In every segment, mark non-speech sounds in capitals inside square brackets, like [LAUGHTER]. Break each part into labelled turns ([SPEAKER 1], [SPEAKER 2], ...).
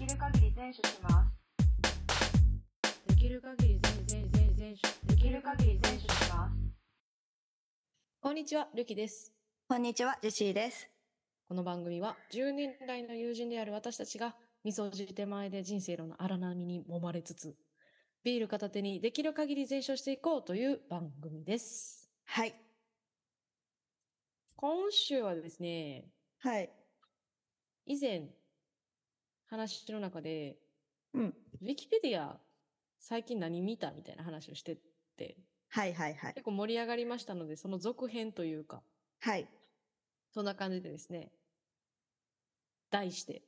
[SPEAKER 1] 全種します。
[SPEAKER 2] できる限り全全全全
[SPEAKER 1] で
[SPEAKER 2] で
[SPEAKER 1] きる限り全種します。
[SPEAKER 2] こんにちはルキです
[SPEAKER 3] こんにちは、ジェシーです。
[SPEAKER 2] この番組は10年来の友人である私たちがみそじ手前で人生の荒波に揉まれつつビール片手にできる限り全焼していこうという番組です
[SPEAKER 3] はい。
[SPEAKER 2] 今週はですね
[SPEAKER 3] はい。
[SPEAKER 2] 以前話の中で
[SPEAKER 3] うん。
[SPEAKER 2] ウィキペディア最近何見たみたいな話をしてて
[SPEAKER 3] はいはいはい。
[SPEAKER 2] 結構盛り上がりましたのでその続編というか
[SPEAKER 3] はい。
[SPEAKER 2] そんな感じでですね。題して、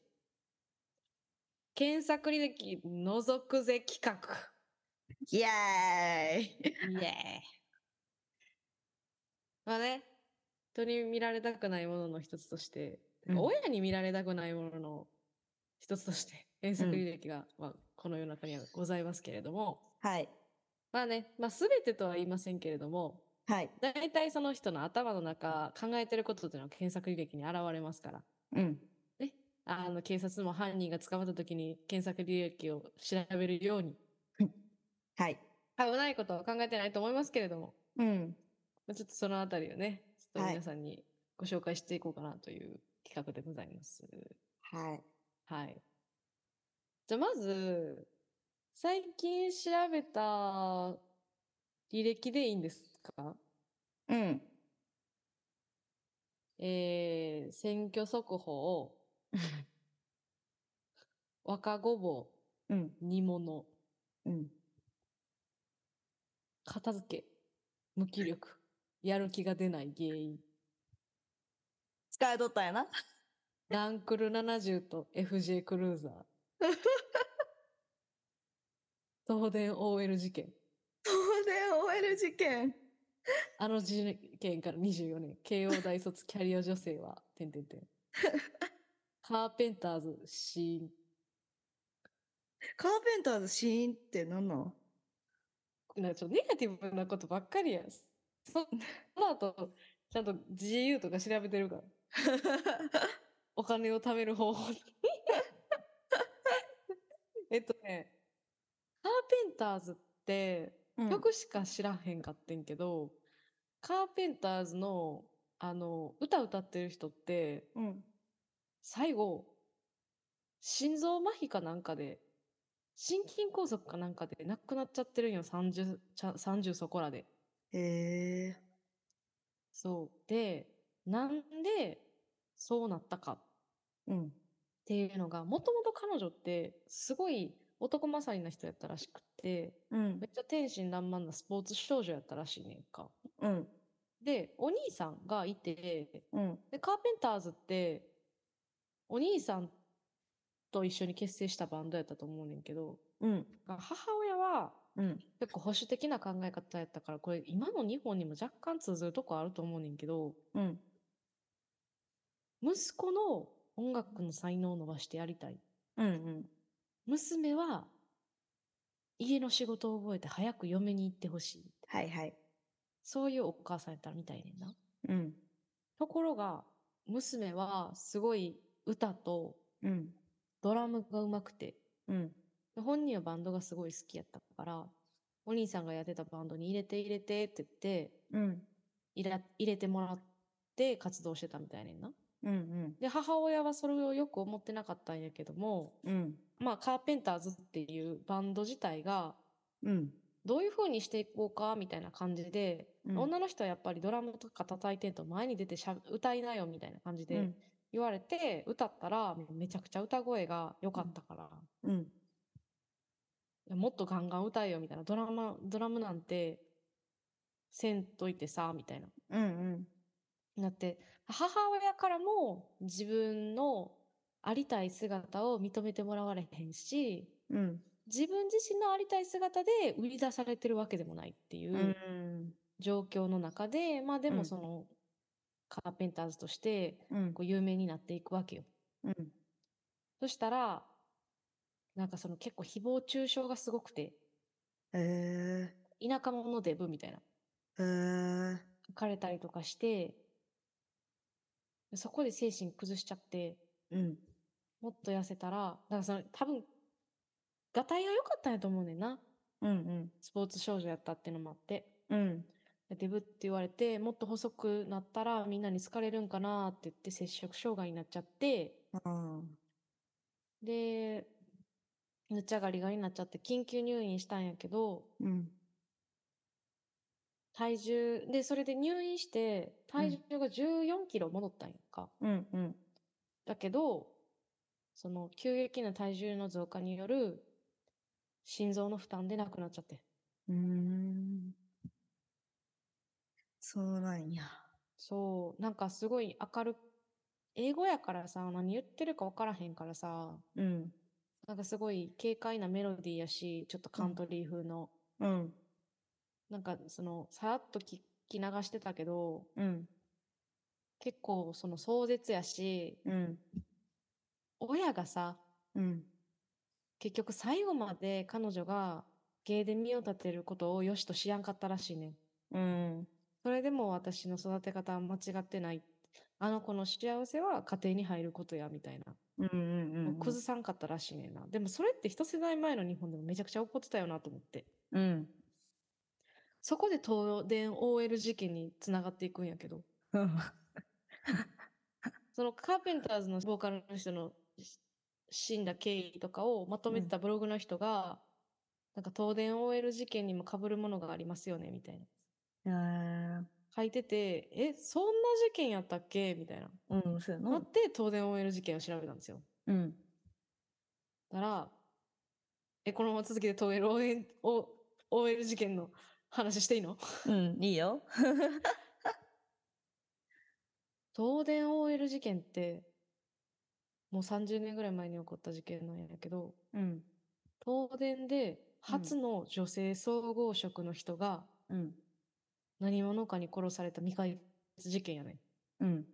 [SPEAKER 2] 検索履歴覗くぜ企画。
[SPEAKER 3] イエーイ
[SPEAKER 2] イエーイ。 [LAUGHS] まあね、人に見られたくないものの一つとして、
[SPEAKER 3] うん
[SPEAKER 2] 親に見られたくないものの一つとして、検索履歴が、まあ、この世の中にはございますけれども、
[SPEAKER 3] はい。
[SPEAKER 2] まあね、まあ全てとは言いませんけれども、
[SPEAKER 3] はい。
[SPEAKER 2] 大体その人の頭の中、考えてることっていうのは検索履歴に現れますから。
[SPEAKER 3] うん。
[SPEAKER 2] あの、警察も犯人が捕まった時に検索履歴を調べるように、
[SPEAKER 3] はい。
[SPEAKER 2] 危ないことは考えてないと思いますけれども、
[SPEAKER 3] うん。
[SPEAKER 2] まあちょっとそのあたりをね、ちょっと
[SPEAKER 3] はい
[SPEAKER 2] 皆さんにご紹介していこうかなという企画でございます。
[SPEAKER 3] はい。
[SPEAKER 2] はい。じゃあまず、最近調べた履歴でいいんですか
[SPEAKER 3] うん。
[SPEAKER 2] えー、選挙速報、若ごぼ
[SPEAKER 3] うん。
[SPEAKER 2] う、煮物。
[SPEAKER 3] うん。
[SPEAKER 2] 片付け、無気力、やる気が出ない原因、
[SPEAKER 3] 使いとったんやな。
[SPEAKER 2] ランクル70と FJ クルーザー、東電 OL 事件、
[SPEAKER 3] 東電 OL 事件。
[SPEAKER 2] あの事件から24年、慶応大卒キャリア女性は、てんてんてん。カーペンターズ、シーン、
[SPEAKER 3] カーペンターズシーンって何なの
[SPEAKER 2] なんかちょっとネガティブなことばっかりやん。そ [LAUGHS] その後、ちゃんと GU とか調べてるから。お金を貯める方法とか [LAUGHS] えっとね、カーペンターズって
[SPEAKER 3] うん
[SPEAKER 2] 曲しか知らへんかってんけど、カーペンターズの、あの、歌歌ってる人って、
[SPEAKER 3] うん。
[SPEAKER 2] 最後、心臓麻痺かなんかで、心筋梗塞かなんかで亡くなっちゃってるんよ、30、ちゃ30そこらで。
[SPEAKER 3] へえ。
[SPEAKER 2] そう。で、なんでそうなったか
[SPEAKER 3] うん。
[SPEAKER 2] っていうのが、もともと彼女って、すごい男勝りな人やったらしくって、
[SPEAKER 3] うん
[SPEAKER 2] め。っちゃ天真爛漫なスポーツ少女やったらしいねんか。
[SPEAKER 3] うん。
[SPEAKER 2] で、お兄さんがいて、
[SPEAKER 3] うん。
[SPEAKER 2] で、カーペンターズって、お兄さんと一緒に結成したバンドやったと思うねんけど、
[SPEAKER 3] うん。
[SPEAKER 2] が母親は
[SPEAKER 3] うん。
[SPEAKER 2] 結構保守的な考え方やったから、これ今の日本にも若干通ずるとこあると思うねんけど、
[SPEAKER 3] うん。
[SPEAKER 2] 息子の音楽の才能を伸ばしてやりたい。
[SPEAKER 3] うん。
[SPEAKER 2] 娘は家の仕事を覚えて早く嫁に行ってほしい。
[SPEAKER 3] はいはい。
[SPEAKER 2] そういうお母さんやったらみたいねんな。
[SPEAKER 3] うん。
[SPEAKER 2] ところが、娘はすごい歌と
[SPEAKER 3] うん。
[SPEAKER 2] ドラムが上手くて、
[SPEAKER 3] うん。
[SPEAKER 2] で本人はバンドがすごい好きやったから、お兄さんがやってたバンドに入れて入れてって言って、
[SPEAKER 3] うん。
[SPEAKER 2] 入れ入れてもらって活動してたみたいねんな。
[SPEAKER 3] うん。
[SPEAKER 2] で、母親はそれをよく思ってなかったんやけども、
[SPEAKER 3] うん。
[SPEAKER 2] まあ、カーペンターズっていうバンド自体が、
[SPEAKER 3] うん。
[SPEAKER 2] どういう風にしていこうか、みたいな感じで、
[SPEAKER 3] うん
[SPEAKER 2] 女の人はやっぱりドラムとか叩いてんと前に出てしゃ歌いなよ、みたいな感じ
[SPEAKER 3] う
[SPEAKER 2] で
[SPEAKER 3] ん。
[SPEAKER 2] 言われて、歌ったら、めちゃくちゃ歌声が良かったから、
[SPEAKER 3] うん。
[SPEAKER 2] いやもっとガンガン歌えよ、みたいな。ドラマ、ドラムなんて、せんといてさ、みたいな。
[SPEAKER 3] うん。
[SPEAKER 2] なって、母親からも自分のありたい姿を認めてもらわれへんし、
[SPEAKER 3] うん。。
[SPEAKER 2] 自分自身のありたい姿で売り出されてるわけでもないっていううん状況の中で、まあで
[SPEAKER 3] う
[SPEAKER 2] も
[SPEAKER 3] ん
[SPEAKER 2] その、カーペンターズとして
[SPEAKER 3] うん。
[SPEAKER 2] こう有名になっていくわけよ。
[SPEAKER 3] うん。
[SPEAKER 2] そしたら、なんかその結構誹謗中傷がすごくて、
[SPEAKER 3] え
[SPEAKER 2] 田舎者デブみたいな
[SPEAKER 3] ー、えー、
[SPEAKER 2] 書かれたりとかして、そこで精神崩しちゃって、
[SPEAKER 3] うん。
[SPEAKER 2] もっと痩せたら、だからその多分がたいが良かったんやと思うねんな。
[SPEAKER 3] うん
[SPEAKER 2] スポーツ少女やったってのもあって。
[SPEAKER 3] うん。うん。
[SPEAKER 2] デブって言われて、もっと細くなったらみんなに好かれるんかなって言って摂食障害になっちゃって、
[SPEAKER 3] あ
[SPEAKER 2] で、ぬっちゃがりがりになっちゃって緊急入院したんやけど、
[SPEAKER 3] ーうん。
[SPEAKER 2] 体重、で、それで入院して体重が14キロ戻ったんやんか。
[SPEAKER 3] うんうん。
[SPEAKER 2] だけど、その急激な体重の増加による心臓の負担で亡くなっちゃって。
[SPEAKER 3] うーん。そうなんや。
[SPEAKER 2] そう、なんかすごい明るく、英語やからさ、何言ってるか分からへんからさ、
[SPEAKER 3] うん。
[SPEAKER 2] なんかすごい軽快なメロディーやし、ちょっとカントリー風の、
[SPEAKER 3] うん。
[SPEAKER 2] なんかその、さらっと聞き流してたけど、
[SPEAKER 3] うん。
[SPEAKER 2] 結構その壮絶やし、
[SPEAKER 3] うん。
[SPEAKER 2] 親がさ、
[SPEAKER 3] うん。
[SPEAKER 2] 結局最後まで彼女が芸で身を立てることを良しとしやんかったらしいねん。
[SPEAKER 3] うん。
[SPEAKER 2] それでも私の育て方は間違ってない。あの子の幸せは家庭に入ることや、みたいな。
[SPEAKER 3] うんうんうん。
[SPEAKER 2] 崩さんかったらしいねんな。でもそれって一世代前の日本でもめちゃくちゃ怒ってたよなと思って。
[SPEAKER 3] うん。
[SPEAKER 2] そこで東電 OL 事件につながっていくんやけど。そのカーペンターズのボーカルの人のし死んだ経緯とかをまとめてたブログの人が、なんか東電 OL 事件にも被るものがありますよね、みたいな。
[SPEAKER 3] あ
[SPEAKER 2] 書いてて、え、そんな事件やったっけみたいな。
[SPEAKER 3] ーうん、そうや
[SPEAKER 2] な
[SPEAKER 3] な
[SPEAKER 2] っ。て東電 OL 事件を調べたんですよ。
[SPEAKER 3] うん。
[SPEAKER 2] だから、え、このまま続けて東電 OL, OL 事件の話していいの
[SPEAKER 3] うん、いいよ。
[SPEAKER 2] 東電 OL 事件って、もう30年ぐらい前に起こった事件なんやけど、
[SPEAKER 3] うん。
[SPEAKER 2] 東電で初の女性総合職の人が
[SPEAKER 3] うん。
[SPEAKER 2] 何者かに殺された未解決事件やねん。
[SPEAKER 3] うん。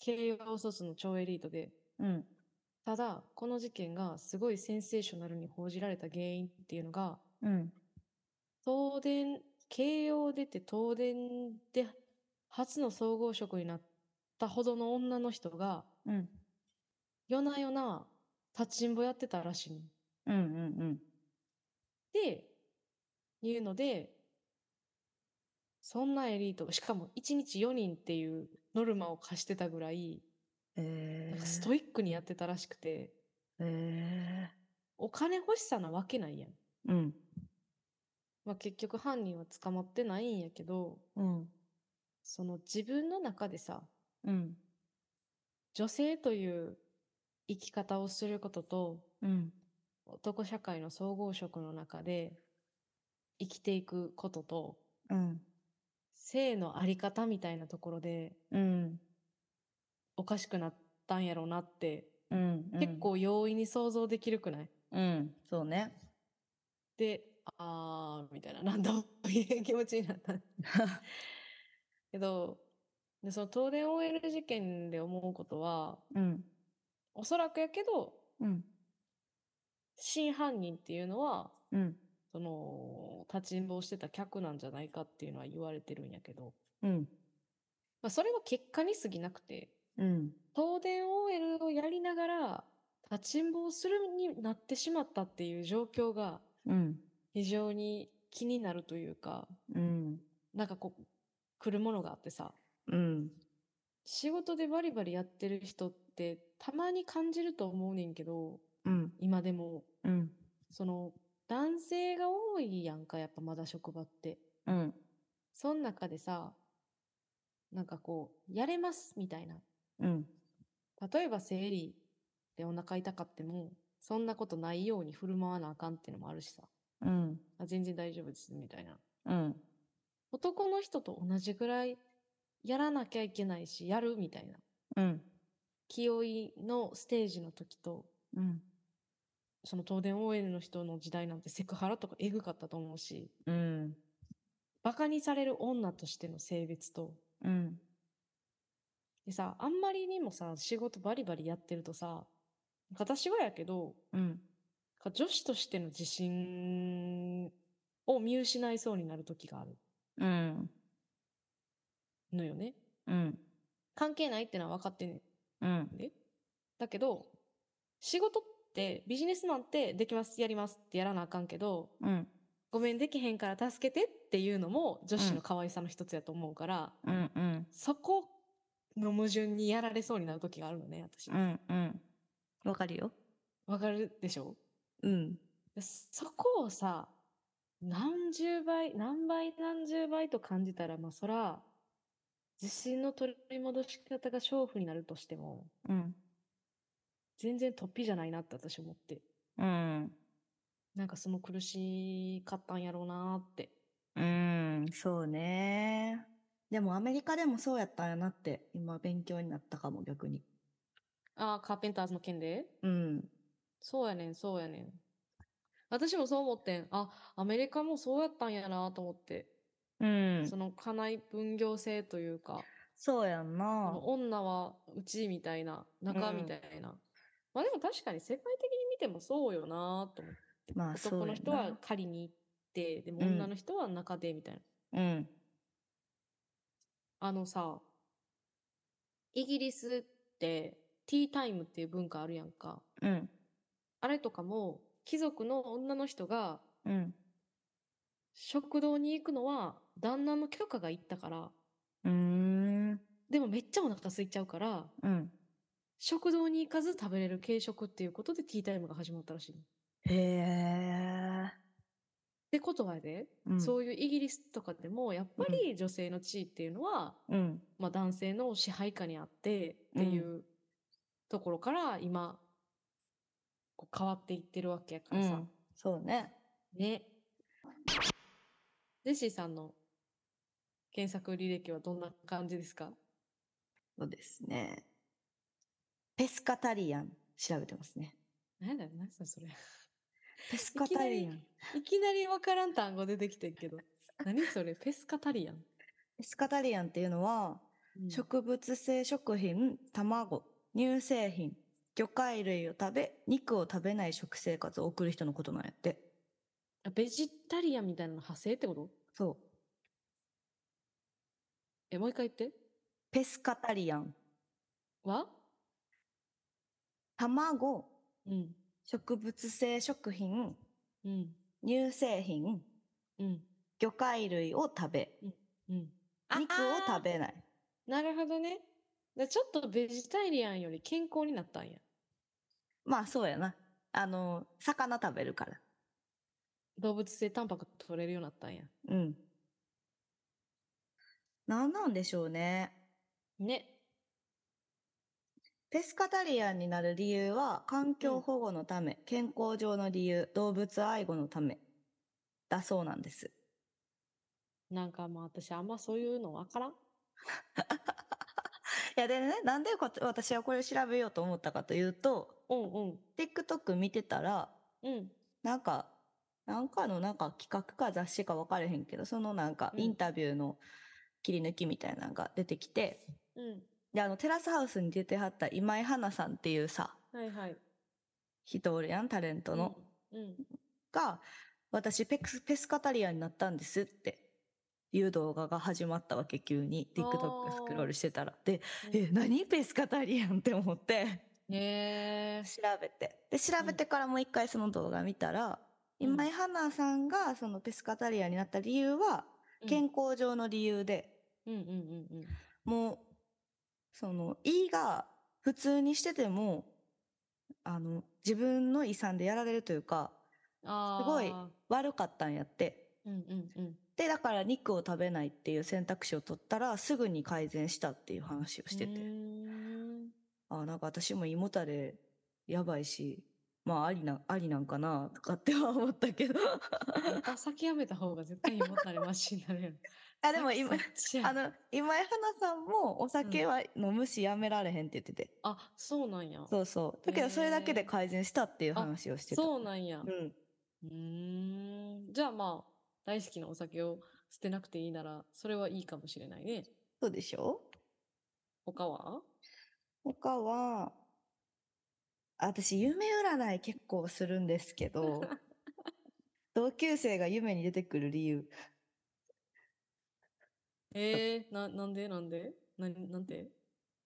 [SPEAKER 2] 慶応卒の超エリートで、
[SPEAKER 3] うん。
[SPEAKER 2] ただ、この事件がすごいセンセーショナルに報じられた原因っていうのが、
[SPEAKER 3] うん。
[SPEAKER 2] 東電、慶応出て東電で初の総合職になったほどの女の人が、
[SPEAKER 3] うん。
[SPEAKER 2] 夜な夜な立ちんぼやってたらしいの。
[SPEAKER 3] うん。うん。
[SPEAKER 2] で、いうので、そんなエリー [LAUGHS] ト、しかも1日4人っていうノルマを課してたぐらい、
[SPEAKER 3] え
[SPEAKER 2] なん
[SPEAKER 3] ー
[SPEAKER 2] かストイックにやってたらしくて、
[SPEAKER 3] え
[SPEAKER 2] お金欲しさなわけないやん。
[SPEAKER 3] ーうん。
[SPEAKER 2] まあ、結局犯人は捕まってないんやけど、
[SPEAKER 3] うん。
[SPEAKER 2] その自分の中でさ、
[SPEAKER 3] うん。
[SPEAKER 2] 女性という生き方をすることと
[SPEAKER 3] うん。
[SPEAKER 2] 男社会の総合職の中で生きていくことと
[SPEAKER 3] うん。
[SPEAKER 2] 性のあり方みたいなところで
[SPEAKER 3] うん。
[SPEAKER 2] おかしくなったんやろうなって、
[SPEAKER 3] うん。
[SPEAKER 2] 結構容易に想像できるくない
[SPEAKER 3] うん。そうね。
[SPEAKER 2] で、あーみたいな、 [LAUGHS] なんだもいう気持ちにな
[SPEAKER 3] [LAUGHS]
[SPEAKER 2] った。けど、でその東電 OL 事件で思うことは、
[SPEAKER 3] うん。
[SPEAKER 2] おそらくやけど、
[SPEAKER 3] うん。
[SPEAKER 2] 真犯人っていうのは
[SPEAKER 3] うん。
[SPEAKER 2] その、立ちんぼをしてた客なんじゃないかっていうのは言われてるんやけど、
[SPEAKER 3] うん。
[SPEAKER 2] まあ、それは結果に過ぎなくて、
[SPEAKER 3] うん。
[SPEAKER 2] 東電 OL をやりながら、立ちんぼをするになってしまったっていう状況が
[SPEAKER 3] うん。
[SPEAKER 2] 非常に気になるというか、
[SPEAKER 3] うん。
[SPEAKER 2] なんかこう、来るものがあってさ、
[SPEAKER 3] うん。
[SPEAKER 2] 仕事でバリバリやってる人ってたまに感じると思うねんけど、
[SPEAKER 3] うん。
[SPEAKER 2] 今でも、
[SPEAKER 3] うん。
[SPEAKER 2] その、男性が多いやんか、やっぱまだ職場って。
[SPEAKER 3] うん。
[SPEAKER 2] その中でさ、なんかこう、やれますみたいな。
[SPEAKER 3] うん。
[SPEAKER 2] 例えば生理でお腹痛かっても、そんなことないように振る舞わなあかんってのもあるしさ。
[SPEAKER 3] うん。
[SPEAKER 2] あ全然大丈夫です、みたいな。
[SPEAKER 3] うん。
[SPEAKER 2] 男の人と同じぐらいやらなきゃいけないし、やるみたいな。
[SPEAKER 3] うん。
[SPEAKER 2] 気負いのステージの時と、
[SPEAKER 3] うん。
[SPEAKER 2] その東電 OL の人の時代なんてセクハラとかエグかったと思うし、
[SPEAKER 3] うん。
[SPEAKER 2] バカにされる女としての性別と、
[SPEAKER 3] うん。
[SPEAKER 2] でさ、あんまりにもさ、仕事バリバリやってるとさ、私はやけど、
[SPEAKER 3] うん。
[SPEAKER 2] か女子としての自信を見失いそうになる時がある
[SPEAKER 3] うん。
[SPEAKER 2] のよね。
[SPEAKER 3] うん。
[SPEAKER 2] 関係ないってのは分かってんねん
[SPEAKER 3] うん。
[SPEAKER 2] で。だけど、仕事って、ビジネスマンってできます、やりますってやらなあかんけど、
[SPEAKER 4] うん。
[SPEAKER 2] ごめんできへんから助けてっていうのも女子の可愛さの一つやと思うから、
[SPEAKER 4] うんうん。
[SPEAKER 2] そこの矛盾にやられそうになる時があるのね、私。
[SPEAKER 4] う
[SPEAKER 2] わ、
[SPEAKER 4] んうん。わかるよ。
[SPEAKER 2] かるでしょ
[SPEAKER 4] うん。
[SPEAKER 2] でそこをさ、何十倍、何倍何十倍と感じたら、まあそら、自信の取り戻し方が勝負になるとしても、
[SPEAKER 4] うん。
[SPEAKER 2] 全然突飛じゃないなって私思って。
[SPEAKER 4] うん。
[SPEAKER 2] なんかその苦しかったんやろうなーって。
[SPEAKER 4] うん。そうね。
[SPEAKER 3] でもアメリカでもそうやったんやなって、今勉強になったかも逆に。
[SPEAKER 2] ああ、カーペンターズの件で
[SPEAKER 3] うん。
[SPEAKER 2] そうやねん、そうやねん。私もそう思ってん。あ、アメリカもそうやったんやなと思って。
[SPEAKER 4] うん。
[SPEAKER 2] その家内分業制というか、
[SPEAKER 4] そうやん
[SPEAKER 2] あ
[SPEAKER 4] な
[SPEAKER 2] の。女はうちみたいな、中みたいな。まあでも確かに世界的に見てもそうよなと思って。
[SPEAKER 4] まあそう
[SPEAKER 2] 男
[SPEAKER 4] やな
[SPEAKER 2] の人は狩りに行って、でも
[SPEAKER 4] うん
[SPEAKER 2] 女の人は中でみたいな。
[SPEAKER 4] うん。
[SPEAKER 2] あのさ、イギリスってティータイムっていう文化あるやんか。
[SPEAKER 4] うん。
[SPEAKER 2] あれとかも、貴族の女の人が
[SPEAKER 4] うん。
[SPEAKER 2] 食堂に行くのは旦那の許可がいったから、
[SPEAKER 4] うーん。
[SPEAKER 2] でもめっちゃお腹空いちゃうから、
[SPEAKER 4] うん。
[SPEAKER 2] 食堂に行かず食べれる軽食っていうことでティータイムが始まったらしい。っ
[SPEAKER 4] へえ。
[SPEAKER 2] てことはやで、
[SPEAKER 4] うん
[SPEAKER 2] そういうイギリスとかでも、やっぱり女性の地位っていうのは、
[SPEAKER 4] うん。
[SPEAKER 2] まあ男性の支配下にあってっていうところから今、こう変わっていってるわけやか
[SPEAKER 4] う
[SPEAKER 2] らさ。
[SPEAKER 4] ん。そうね。
[SPEAKER 2] ね。ジェシーさんの検索履歴はどんな感じですか
[SPEAKER 3] そうですね。ペスカタリアン調べてますね。
[SPEAKER 2] 何だよ、何それそれ。
[SPEAKER 3] ペスカタリアン。
[SPEAKER 2] いきなりわからん単語出てきてんけど。何それフェスカタリアン。
[SPEAKER 3] ペスカタリアンっていうのは、植物性食品、卵、乳製品、魚介類を食べ、肉を食べない食生活を送る人のことなんやって。
[SPEAKER 2] あベジタリアンみたいなの派生ってこと
[SPEAKER 3] そう。
[SPEAKER 2] え、もう一回言って。
[SPEAKER 3] ペスカタリアン。
[SPEAKER 2] は
[SPEAKER 3] 卵、
[SPEAKER 2] うん。
[SPEAKER 3] 植物性食品、
[SPEAKER 2] うん。
[SPEAKER 3] 乳製品、
[SPEAKER 2] うん。
[SPEAKER 3] 魚介類を食べ、
[SPEAKER 2] うん。
[SPEAKER 3] 肉を食べない。
[SPEAKER 2] なるほどね。だちょっとベジタリアンより健康になったんや。
[SPEAKER 3] まあそうやな。あの、魚食べるから。
[SPEAKER 2] 動物性タンパク取れるようになったんや。
[SPEAKER 3] うん。なんなんでしょうね。
[SPEAKER 2] ね。
[SPEAKER 3] ペスカタリアンになる理由は、環境保護のため、健康上の理由、動物愛護のため、だそうなんです。
[SPEAKER 2] なんかまあ私あんまそういうのわからん。
[SPEAKER 3] いやでね、なんでこ私はこれを調べようと思ったかというと、
[SPEAKER 2] うんうん。
[SPEAKER 3] TikTok 見てたら、
[SPEAKER 2] うん。
[SPEAKER 3] なんか、なんかのなんか企画か雑誌か分かれへんけど、そのなんか
[SPEAKER 2] うん
[SPEAKER 3] インタビューの切り抜きみたいなのが出てきて、
[SPEAKER 2] うん。
[SPEAKER 3] で、あの、テラスハウスに出てはった今井花さんっていうさ、
[SPEAKER 2] はいはい。
[SPEAKER 3] 人おるやん、タレントの。
[SPEAKER 2] うん。うん。
[SPEAKER 3] が、私ペクス、ペスカタリアンになったんですっていう動画が始まったわけ、急に。
[SPEAKER 2] あー
[SPEAKER 3] TikTok スクロールしてたら。で、
[SPEAKER 2] うん
[SPEAKER 3] え、何ペスカタリアンって思って、
[SPEAKER 2] へえ。
[SPEAKER 3] 調べて。で、調べてからもう一回その動画見たら、
[SPEAKER 2] うん
[SPEAKER 3] 今井花さんがそのペスカタリアンになった理由は、健康上の理由で、
[SPEAKER 2] うんうんうんうん。
[SPEAKER 3] もう、その、胃が普通にしてても、あの、自分の胃酸でやられるというか、
[SPEAKER 2] ああ。
[SPEAKER 3] すごい悪かったんやって。
[SPEAKER 2] うんうんうん。
[SPEAKER 3] で、だから肉を食べないっていう選択肢を取ったら、すぐに改善したっていう話をして
[SPEAKER 2] うー
[SPEAKER 3] て。
[SPEAKER 2] ん
[SPEAKER 3] あ、なんか私も胃もたれやばいし、まあ、ありな、ありなんかな、とかっては思ったけど。
[SPEAKER 2] また先やめた方が絶対にもたれマシになるやろ。
[SPEAKER 3] [LAUGHS] あ、 [LAUGHS] でも今
[SPEAKER 2] さっ、きさ
[SPEAKER 3] あの、今井花さんもお酒は飲むしやめられへんって言ってて。
[SPEAKER 2] あ、そうなんや。
[SPEAKER 3] そうそう。だけど、それだけ
[SPEAKER 2] へ
[SPEAKER 3] で
[SPEAKER 2] ー
[SPEAKER 3] 改善したっていう話をしてた。
[SPEAKER 2] そうなんや。
[SPEAKER 3] うん。
[SPEAKER 2] うーん。じゃあまあ、大好きなお酒を捨てなくていいなら、それはいいかもしれないね。
[SPEAKER 3] そうでしょ
[SPEAKER 2] 他は
[SPEAKER 3] 他は、私、夢占い結構するんです
[SPEAKER 2] [LAUGHS]
[SPEAKER 3] けど、同級生が夢に出てくる理由。
[SPEAKER 2] えー、な、なんでなんでな、なんて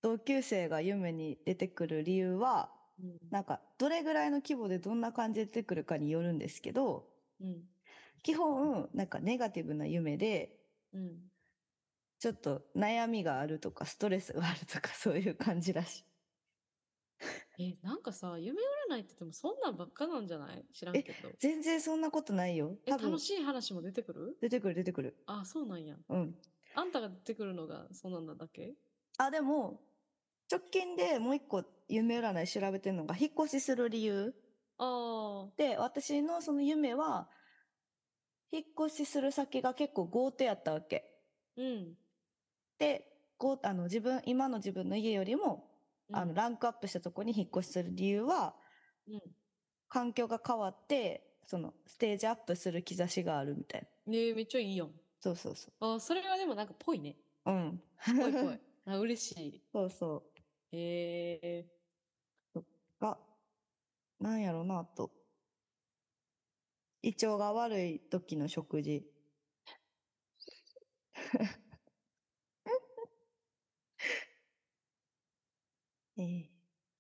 [SPEAKER 3] 同級生が夢に出てくる理由は、
[SPEAKER 2] うん
[SPEAKER 3] なんかどれぐらいの規模でどんな感じで出てくるかによるんですけど、
[SPEAKER 2] うん
[SPEAKER 3] 基本なんかネガティブな夢で、
[SPEAKER 2] うん
[SPEAKER 3] ちょっと悩みがあるとかストレスがあるとかそういう感じらしい。
[SPEAKER 2] え、なんかさ、夢占いって言ってもそんなんばっかなんじゃない知らんけど。
[SPEAKER 3] 全然そんなことないよ。
[SPEAKER 2] え、
[SPEAKER 3] 多分
[SPEAKER 2] 楽しい話も出てくる
[SPEAKER 3] 出てくる出てくる。
[SPEAKER 2] あ、そうなんや。
[SPEAKER 3] うん。
[SPEAKER 2] あんたが出てくるのがそうなんだだけ
[SPEAKER 3] あ、でも直近でもう一個夢占い調べてるのが引っ越しする理由
[SPEAKER 2] ああ、
[SPEAKER 3] で私のその夢は引っ越しする先が結構豪邸やったわけ。
[SPEAKER 2] うん。
[SPEAKER 3] で、豪あの自分今の自分の家よりもあの、ランクアップしたとこに引っ越しする理由は、
[SPEAKER 2] うん
[SPEAKER 3] 環境が変わって、その、ステージアップする兆しがあるみたいな。
[SPEAKER 2] ねえ、めっちゃいいやん。
[SPEAKER 3] そうそうそ
[SPEAKER 2] あーそれはでもなんかぽいね。
[SPEAKER 3] う。うん。
[SPEAKER 2] ぽいぽ
[SPEAKER 3] [LAUGHS]
[SPEAKER 2] い。あ、嬉し
[SPEAKER 3] そうそ
[SPEAKER 2] い。へえ
[SPEAKER 3] う。が、なんやろうな、と。胃腸が悪い時の食事。 [LAUGHS] えー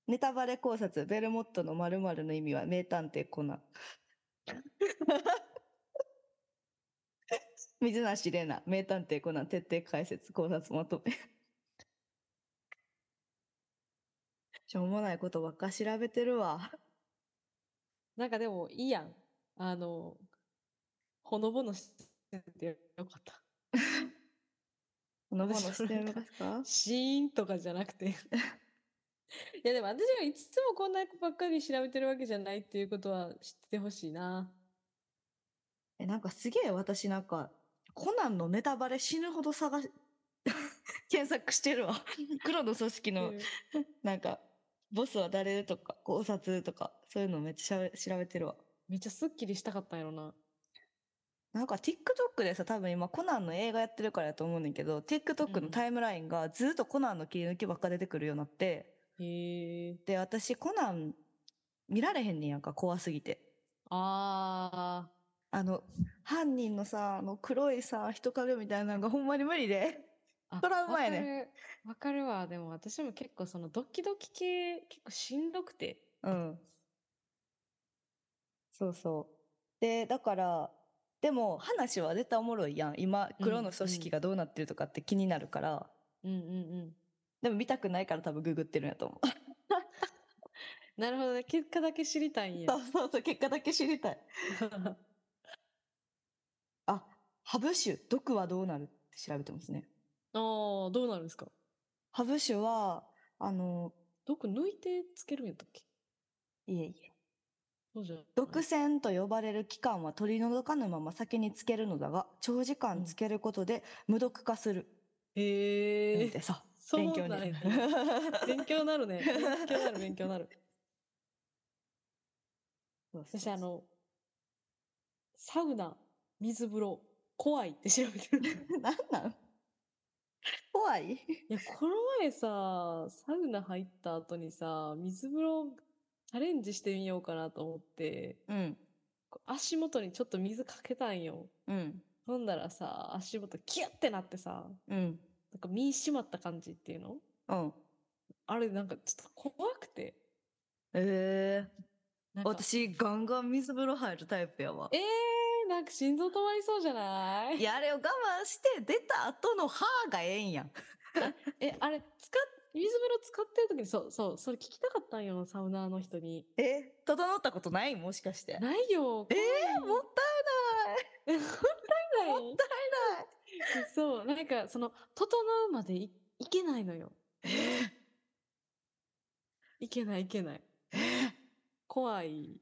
[SPEAKER 3] ネタバレ考察、ベルモットの〇〇の意味は名探偵コナン。 [LAUGHS] 水梨玲奈、名探偵コナン、徹底解説、考察まとめ。 [LAUGHS] しょうもないことばっか調べてるわ。 [LAUGHS]
[SPEAKER 2] なんかでもいいやん。あの、ほのぼのしててよかった。
[SPEAKER 3] このもの
[SPEAKER 2] 私
[SPEAKER 3] してますか
[SPEAKER 2] シーンとかじゃなくて。 [LAUGHS] いやでも私がいつもこんなばっかり調べてるわけじゃないっていうことは知ってほしいな。
[SPEAKER 3] え、なんかすげえ私なんか、コナンのネタバレ死ぬほど探し、 [LAUGHS] 検索してるわ。 [LAUGHS] 黒の組織の
[SPEAKER 2] うん
[SPEAKER 3] なんか、ボスは誰とか、考察とか、そういうのめっちゃ調べ調べてるわ。
[SPEAKER 2] めっちゃスッキリしたかったんやろな。
[SPEAKER 3] なんか TikTok でさ、多分今コナンの映画やってるからやと思うねんだけど、TikTok
[SPEAKER 2] うんう
[SPEAKER 3] の
[SPEAKER 2] ん
[SPEAKER 3] タイムラインがずっとコナンの切り抜きばっか出てくるようになって、
[SPEAKER 2] へえ。
[SPEAKER 3] で、私コナン見られへんねんやんか、怖すぎて。
[SPEAKER 2] あ
[SPEAKER 3] あの、犯人のさ、あの黒いさ、人影みたいなのがほんまに無理で。
[SPEAKER 2] ーあ。
[SPEAKER 3] トラウマや
[SPEAKER 2] ね。わかるわ。でも私も結構そのドキドキ系結構しんどくて。
[SPEAKER 3] うん。そうそう。で、だから、でも話は絶対おもろいやん。今、黒の組織がどうなってるとかって気になるから、
[SPEAKER 2] うんうんうん。
[SPEAKER 3] でも見たくないから多分ググってるんやと思う。
[SPEAKER 2] なるほどね。結果だけ知りたいんや [LAUGHS]
[SPEAKER 3] そ。う [LAUGHS] そうそう、結果だけ知りたい。あ、ハブ酒、毒はどうなるって調べてますね。
[SPEAKER 2] ああ、どうなるんですか
[SPEAKER 3] ハブ酒は、あの、
[SPEAKER 2] 毒抜いてつけるんやったっけ
[SPEAKER 3] いえいえ。
[SPEAKER 2] そうじゃない
[SPEAKER 3] 毒腺と呼ばれる器官は取り除かぬまま先につけるのだが、長時間つけることで無毒化する。
[SPEAKER 2] へ
[SPEAKER 3] なん
[SPEAKER 2] え
[SPEAKER 3] て。さ、
[SPEAKER 2] [LAUGHS] そう
[SPEAKER 3] 勉強
[SPEAKER 2] なんや
[SPEAKER 3] に。 [LAUGHS]
[SPEAKER 2] 勉強になるね。勉強になる、勉強になる。
[SPEAKER 3] そうそう
[SPEAKER 2] 私、あの、サウナ、水風呂、怖いって [LAUGHS] 調べてる。い
[SPEAKER 3] [LAUGHS] なんなん怖い
[SPEAKER 2] や、この前さ、サウナ入った後にさ、水風呂チャレンジしてみようかなと思って、
[SPEAKER 3] うん。
[SPEAKER 2] こう足元にちょっと水かけたんよ。
[SPEAKER 3] うん。
[SPEAKER 2] 飲んだらさ、足元キュッてなってさ、
[SPEAKER 3] うん。
[SPEAKER 2] なんか身締まった感じっていうの
[SPEAKER 3] うん。
[SPEAKER 2] あれなんかちょっと怖くて。
[SPEAKER 3] ええ
[SPEAKER 2] なんか
[SPEAKER 3] 私、ガンガン水風呂入るタイプやわ。
[SPEAKER 2] えー、なんか心臓止まりそうじゃない
[SPEAKER 3] いや、あれを我慢して出た後の歯がええんやん。
[SPEAKER 2] え、あれ、使っ、水風呂使ってる時に、そう、そう、それ聞きたかったんよ、サウナーの人に。
[SPEAKER 3] え整ったことないもしかして。
[SPEAKER 2] ないよ、
[SPEAKER 3] ええ
[SPEAKER 2] 怖い
[SPEAKER 3] もったい
[SPEAKER 2] [LAUGHS] もったいない。
[SPEAKER 3] もった
[SPEAKER 2] [LAUGHS] そう、なんか、その、整うまでいいけないのよ。いけない、いけない。怖い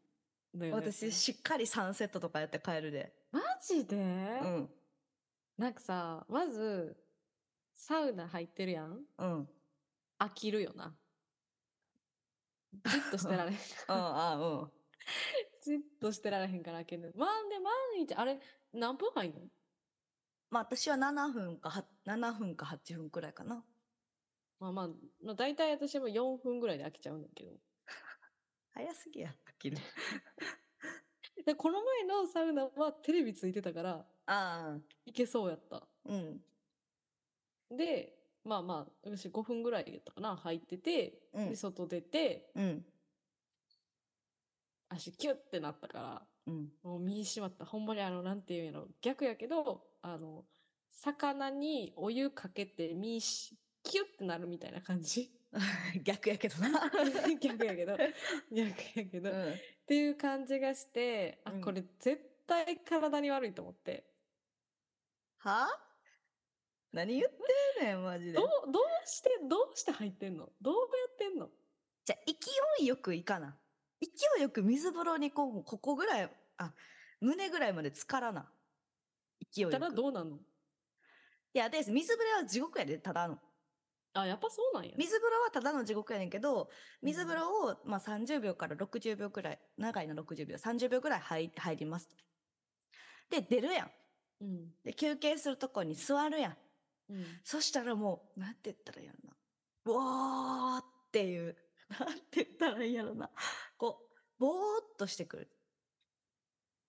[SPEAKER 2] のよ
[SPEAKER 3] ない
[SPEAKER 2] ね。
[SPEAKER 3] 私、しっかり3セットとかやって帰るで。
[SPEAKER 2] マジで、
[SPEAKER 3] うん。
[SPEAKER 2] なんかさ、まず、サウナ入ってるやん
[SPEAKER 3] うん。うん、
[SPEAKER 2] 飽きるよな。じっとしてられへん。
[SPEAKER 3] あ、うん。
[SPEAKER 2] じっとしてられへんから開ける。まあで、毎日、あれ、何分入んの
[SPEAKER 3] [LAUGHS] まあ、私は7分か8、7分か8分くらいかな。
[SPEAKER 2] まあまあ、まあ、大体私も4分ぐらいで飽きちゃうんだけど。
[SPEAKER 3] 早すぎや。切る。
[SPEAKER 2] で、この前のサウナはテレビついてたから、
[SPEAKER 3] ああ、
[SPEAKER 2] いけそうやった。
[SPEAKER 3] うん。
[SPEAKER 2] で、まあまあ、私5分ぐらいやったかな、入ってて、
[SPEAKER 3] うん
[SPEAKER 2] で、外出て、
[SPEAKER 3] うん。
[SPEAKER 2] 足キュッてなったから、
[SPEAKER 3] うん。
[SPEAKER 2] もう身にしまった。ほんまにあの、なんていうんやろ。逆やけど、あの、魚にお湯かけて身し、キュッてなるみたいな感じ。
[SPEAKER 3] [LAUGHS]
[SPEAKER 2] [LAUGHS]
[SPEAKER 3] 逆やけどな。
[SPEAKER 2] 逆やけ
[SPEAKER 3] [LAUGHS]
[SPEAKER 2] ど、逆やけど。っ
[SPEAKER 3] ん。
[SPEAKER 2] ていう感じがして、あ、
[SPEAKER 3] うん
[SPEAKER 2] これ絶対体に悪いと思って。
[SPEAKER 3] は何言ってんねん、マジで。
[SPEAKER 2] どう、どうして、どうして入ってんのどうやってんの
[SPEAKER 3] じゃあ勢いよくいかな。勢いよく水風呂にこう、ここぐらい、あ、胸ぐらいまで浸からな。勢いよ
[SPEAKER 2] たら
[SPEAKER 3] く。い
[SPEAKER 2] どうなの
[SPEAKER 3] や、で、水風呂は地獄やで、ただの。
[SPEAKER 2] あ、やっぱそうなんや。
[SPEAKER 3] 水風呂はただの地獄やねんけど、
[SPEAKER 2] うん
[SPEAKER 3] 水風呂を、まあ、30秒から60秒くらい、長いの60秒、30秒くらい入入ります。で、出るやん。
[SPEAKER 2] うん。
[SPEAKER 3] で、休憩するとこに座るやん。
[SPEAKER 2] うん。
[SPEAKER 3] そしたらもう、なんて言ったらいいやろな。うわーっていう、なんて言ったらいいやろな。こう、ぼーっとしてくる。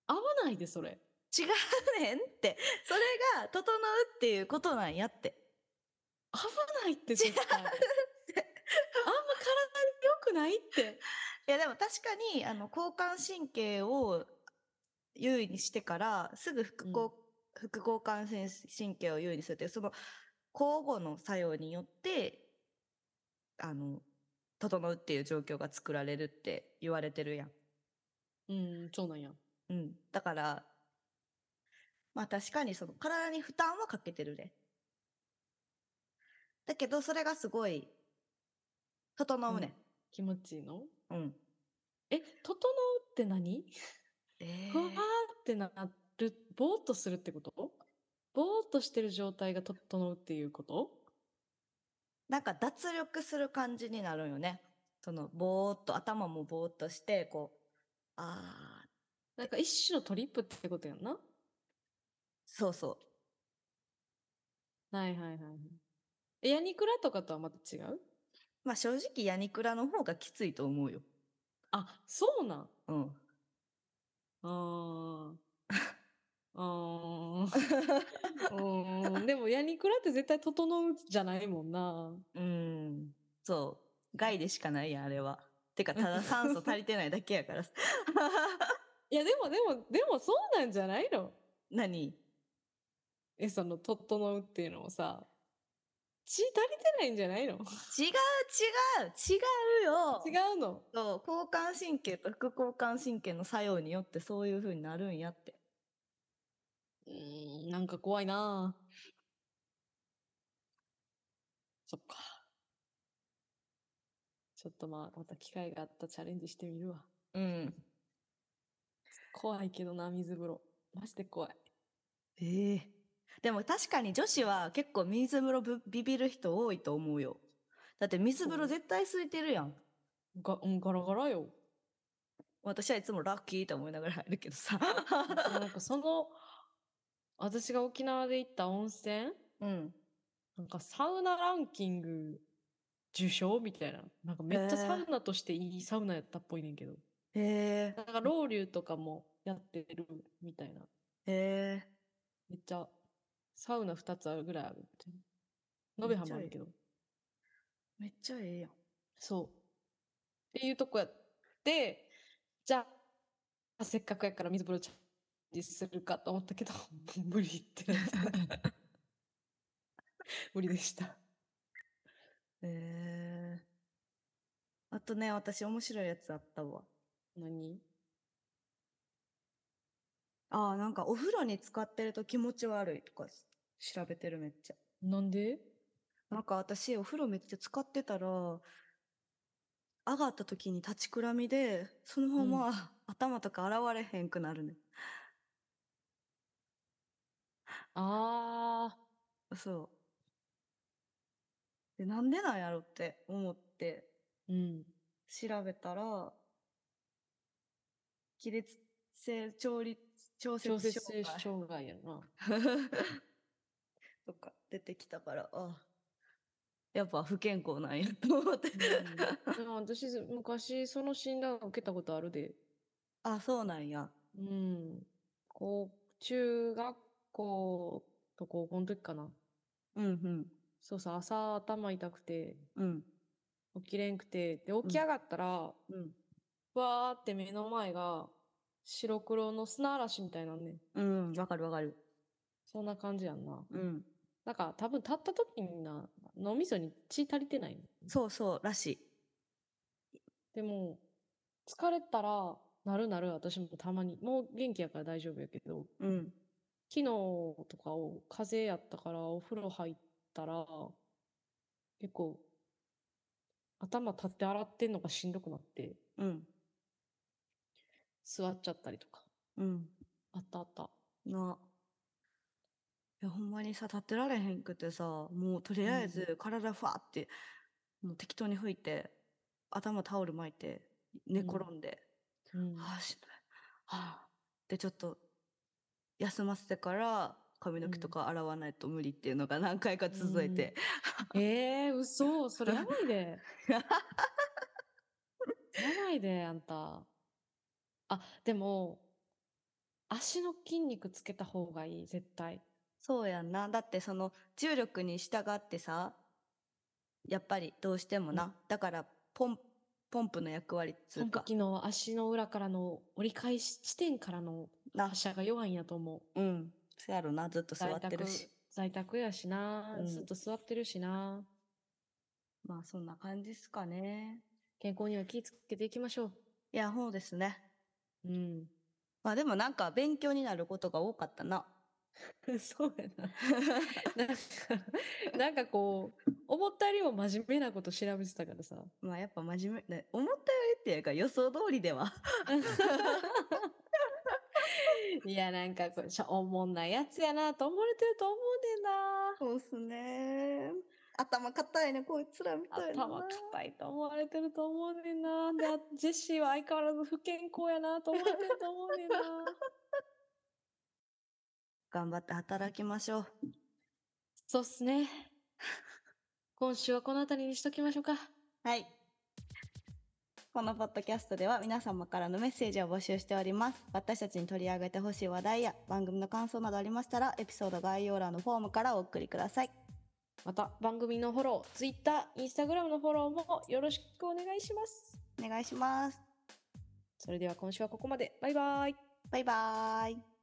[SPEAKER 2] 合わないで、それ。
[SPEAKER 3] 違うねんって。それが、整うっていうことなんやって。
[SPEAKER 2] 合わないって絶対。あんま体に良くないって。
[SPEAKER 3] いや、でも確かに、あの、交感神経を優位にしてから、すぐ副交、副交感神神経を優位にするっていう、その、交互の作用によって、あの、整うっていう状況が作られるって言われてるやん。
[SPEAKER 2] うん、そうなんや。
[SPEAKER 3] うん。だから、まあ確かにその体に負担はかけてるね。だけどそれがすごい、整うね。
[SPEAKER 2] 気持ちいいの
[SPEAKER 3] うん。
[SPEAKER 2] え、整うって何
[SPEAKER 3] え
[SPEAKER 2] ふわーってなる、ぼーっとするってことぼーっとしてる状態が整うっていうこと
[SPEAKER 3] なんか脱力する感じになるよね。その、ぼーっと、頭もぼーっとして、こう、あー、
[SPEAKER 2] なんか一種のトリップってことやんなは
[SPEAKER 3] そうそ
[SPEAKER 2] いはいはい。えヤニクラとかとはまた違う
[SPEAKER 3] う。まあ正直、ヤニクラの方がきついと思うよ。
[SPEAKER 2] あ、そうなん。
[SPEAKER 3] うん。
[SPEAKER 2] あー。あー [LAUGHS] うーんでもヤニクラって絶対整うじゃないもんな。
[SPEAKER 3] うん。そう。害でしかないやん、あれは。てか、ただ酸素足りてないだけやから。 [LAUGHS]
[SPEAKER 2] いやでもでもでもそうなんじゃないの
[SPEAKER 3] 何
[SPEAKER 2] えその整うっていうのもさ血足りてないんじゃないの違
[SPEAKER 3] 違う違う違うよ
[SPEAKER 2] うの
[SPEAKER 3] そう交感神経と副交感神経の作用によってそういう風になるんやって
[SPEAKER 2] うーんなんか怖いなあそっかちょっとまあまた機会があったらチャレンジしてみるわ
[SPEAKER 3] うん
[SPEAKER 2] 怖いけどな水風呂マジで怖い
[SPEAKER 3] ええでも確かに女子は結構水風呂ぶビビる人多いと思うよだって水風呂絶対空いてるやん
[SPEAKER 2] がうんガラガラよ
[SPEAKER 3] 私はいつもラッキーと思いながら入るけどさ
[SPEAKER 2] なんかその私が沖縄で行った温泉
[SPEAKER 3] [LAUGHS] うん
[SPEAKER 2] なんかサウナランキング受賞みたいな。なんかめっちゃ
[SPEAKER 3] へえ
[SPEAKER 2] サウナとしていいサウナやったっぽいねんけど。
[SPEAKER 3] へえ
[SPEAKER 2] なんかロウリュとかもやってるみたいな。
[SPEAKER 3] へえ
[SPEAKER 2] めっちゃサウナ2つあるぐらいあるみたいな。延べ浜あるけど。
[SPEAKER 3] めっちゃええやん
[SPEAKER 2] そう。っていうとこやって、じゃあ、せっかくやから水風呂チャレンジするかと思ったけど、無理ってなった。 [LAUGHS] 無理でした。
[SPEAKER 3] へえあとね私面白いやつあったわ
[SPEAKER 2] 何
[SPEAKER 3] ああ、なんかお風呂に使ってると気持ち悪いとかす調べてるめっちゃ。
[SPEAKER 2] なんで
[SPEAKER 3] なんか私お風呂めっちゃ使ってたら、上がった時に立ちくらみで、そのまま、 [LAUGHS] 頭とか現れへんくなるね。
[SPEAKER 2] ああ。
[SPEAKER 3] そう。で、なんでなんやろって思って
[SPEAKER 2] うん。
[SPEAKER 3] 調べたら、亀裂性調律、調節
[SPEAKER 2] 調節
[SPEAKER 3] 障
[SPEAKER 2] 性
[SPEAKER 3] 害
[SPEAKER 2] 障害やな。
[SPEAKER 3] とか出てきたから、あ、やっぱ不健康なんやと思って。
[SPEAKER 2] でも私、昔、その診断を受けたことあるで。
[SPEAKER 3] あ、そうなんや。
[SPEAKER 2] うん。こう、中学校と高校の時かな。
[SPEAKER 3] うんうん。
[SPEAKER 2] そうさ、朝頭痛くて、
[SPEAKER 3] うん。
[SPEAKER 2] 起きれんくて、で、起き上がったら、
[SPEAKER 3] うん。
[SPEAKER 2] わーって目の前が白黒の砂嵐みたいなんね。
[SPEAKER 4] うん、わかるわかる。
[SPEAKER 2] そんな感じやんな。
[SPEAKER 4] うん。
[SPEAKER 2] なんか多分立った時にな、脳みそに血足りてない。
[SPEAKER 4] そうそう、らしい。
[SPEAKER 2] でも、疲れたら、なるなる私もたまに、もう元気やから大丈夫やけど、
[SPEAKER 4] うん。
[SPEAKER 2] 昨日とかを風邪やったからお風呂入ったら、結構、頭立って洗ってんのがしんどくなって、
[SPEAKER 4] うん。
[SPEAKER 2] 座っちゃったりとか。
[SPEAKER 4] うん。
[SPEAKER 2] あったあった。
[SPEAKER 4] な。
[SPEAKER 3] いやほんまにさ立ってられへんくてさもうとりあえず体ふわって、もう適当に拭いて頭タオル巻いて寝
[SPEAKER 2] うん
[SPEAKER 3] 転んで、
[SPEAKER 2] うん
[SPEAKER 3] はあしんどいはあでちょっと休ませてから髪の毛とか洗わないと無理っていうのが何回か続いて、
[SPEAKER 2] ええー、嘘。それやばい
[SPEAKER 3] [LAUGHS]
[SPEAKER 2] で。やばいで、あんた。あ、でも、足の筋肉つけた方がいい、絶対。
[SPEAKER 3] そうやんなだってその重力に従ってさやっぱりどうしてもな、
[SPEAKER 2] うん
[SPEAKER 3] だからポンポンプの役割っつ
[SPEAKER 2] ポ
[SPEAKER 3] う
[SPEAKER 2] ンプ
[SPEAKER 3] か
[SPEAKER 2] 機能、足の裏からの折り返し地点からの
[SPEAKER 3] な
[SPEAKER 2] 発射が弱いんやと思う。
[SPEAKER 3] うんそやろなずっと座
[SPEAKER 2] 在
[SPEAKER 3] って
[SPEAKER 2] 宅
[SPEAKER 3] るし、
[SPEAKER 2] 在宅やしな、
[SPEAKER 3] うん
[SPEAKER 2] ずっと座ってるしな。
[SPEAKER 3] まあそんな感じっすかね
[SPEAKER 2] 健康には気ぃつけていきましょ
[SPEAKER 3] いやそうですね
[SPEAKER 2] う。うん。
[SPEAKER 3] まあでもなんか勉強になることが多かったな
[SPEAKER 2] [LAUGHS] そうやな。 [LAUGHS] なんか、なんかこう、思ったよりも真面目なこと調べてたからさ。
[SPEAKER 3] まあやっぱ真面目ね思ったよりっていうか予想通りでは
[SPEAKER 2] [LAUGHS] いや、なんかこう、しょおもんないやつやなと思われてると思う
[SPEAKER 3] そうっすね頭硬いねこいつらみ
[SPEAKER 2] ねんな。頭硬いと思われてると思うねんな。で、あジェシーは相変わらず不健康やなと思われてると思うねんな。
[SPEAKER 3] 頑張って働きましょう
[SPEAKER 2] そうっすね。今週はこの辺りにしときましょうか。
[SPEAKER 3] はい。このポッドキャストでは皆様からのメッセージを募集しております。私たちに取り上げてほしい話題や番組の感想などありましたら、エピソード概要欄のフォームからお送りください。
[SPEAKER 2] また、番組のフォロー、Twitter、Instagram のフォローもよろしくお願いします。
[SPEAKER 3] お願いします。
[SPEAKER 2] それでは今週はここまで。バイバイ。
[SPEAKER 3] バイバーイ。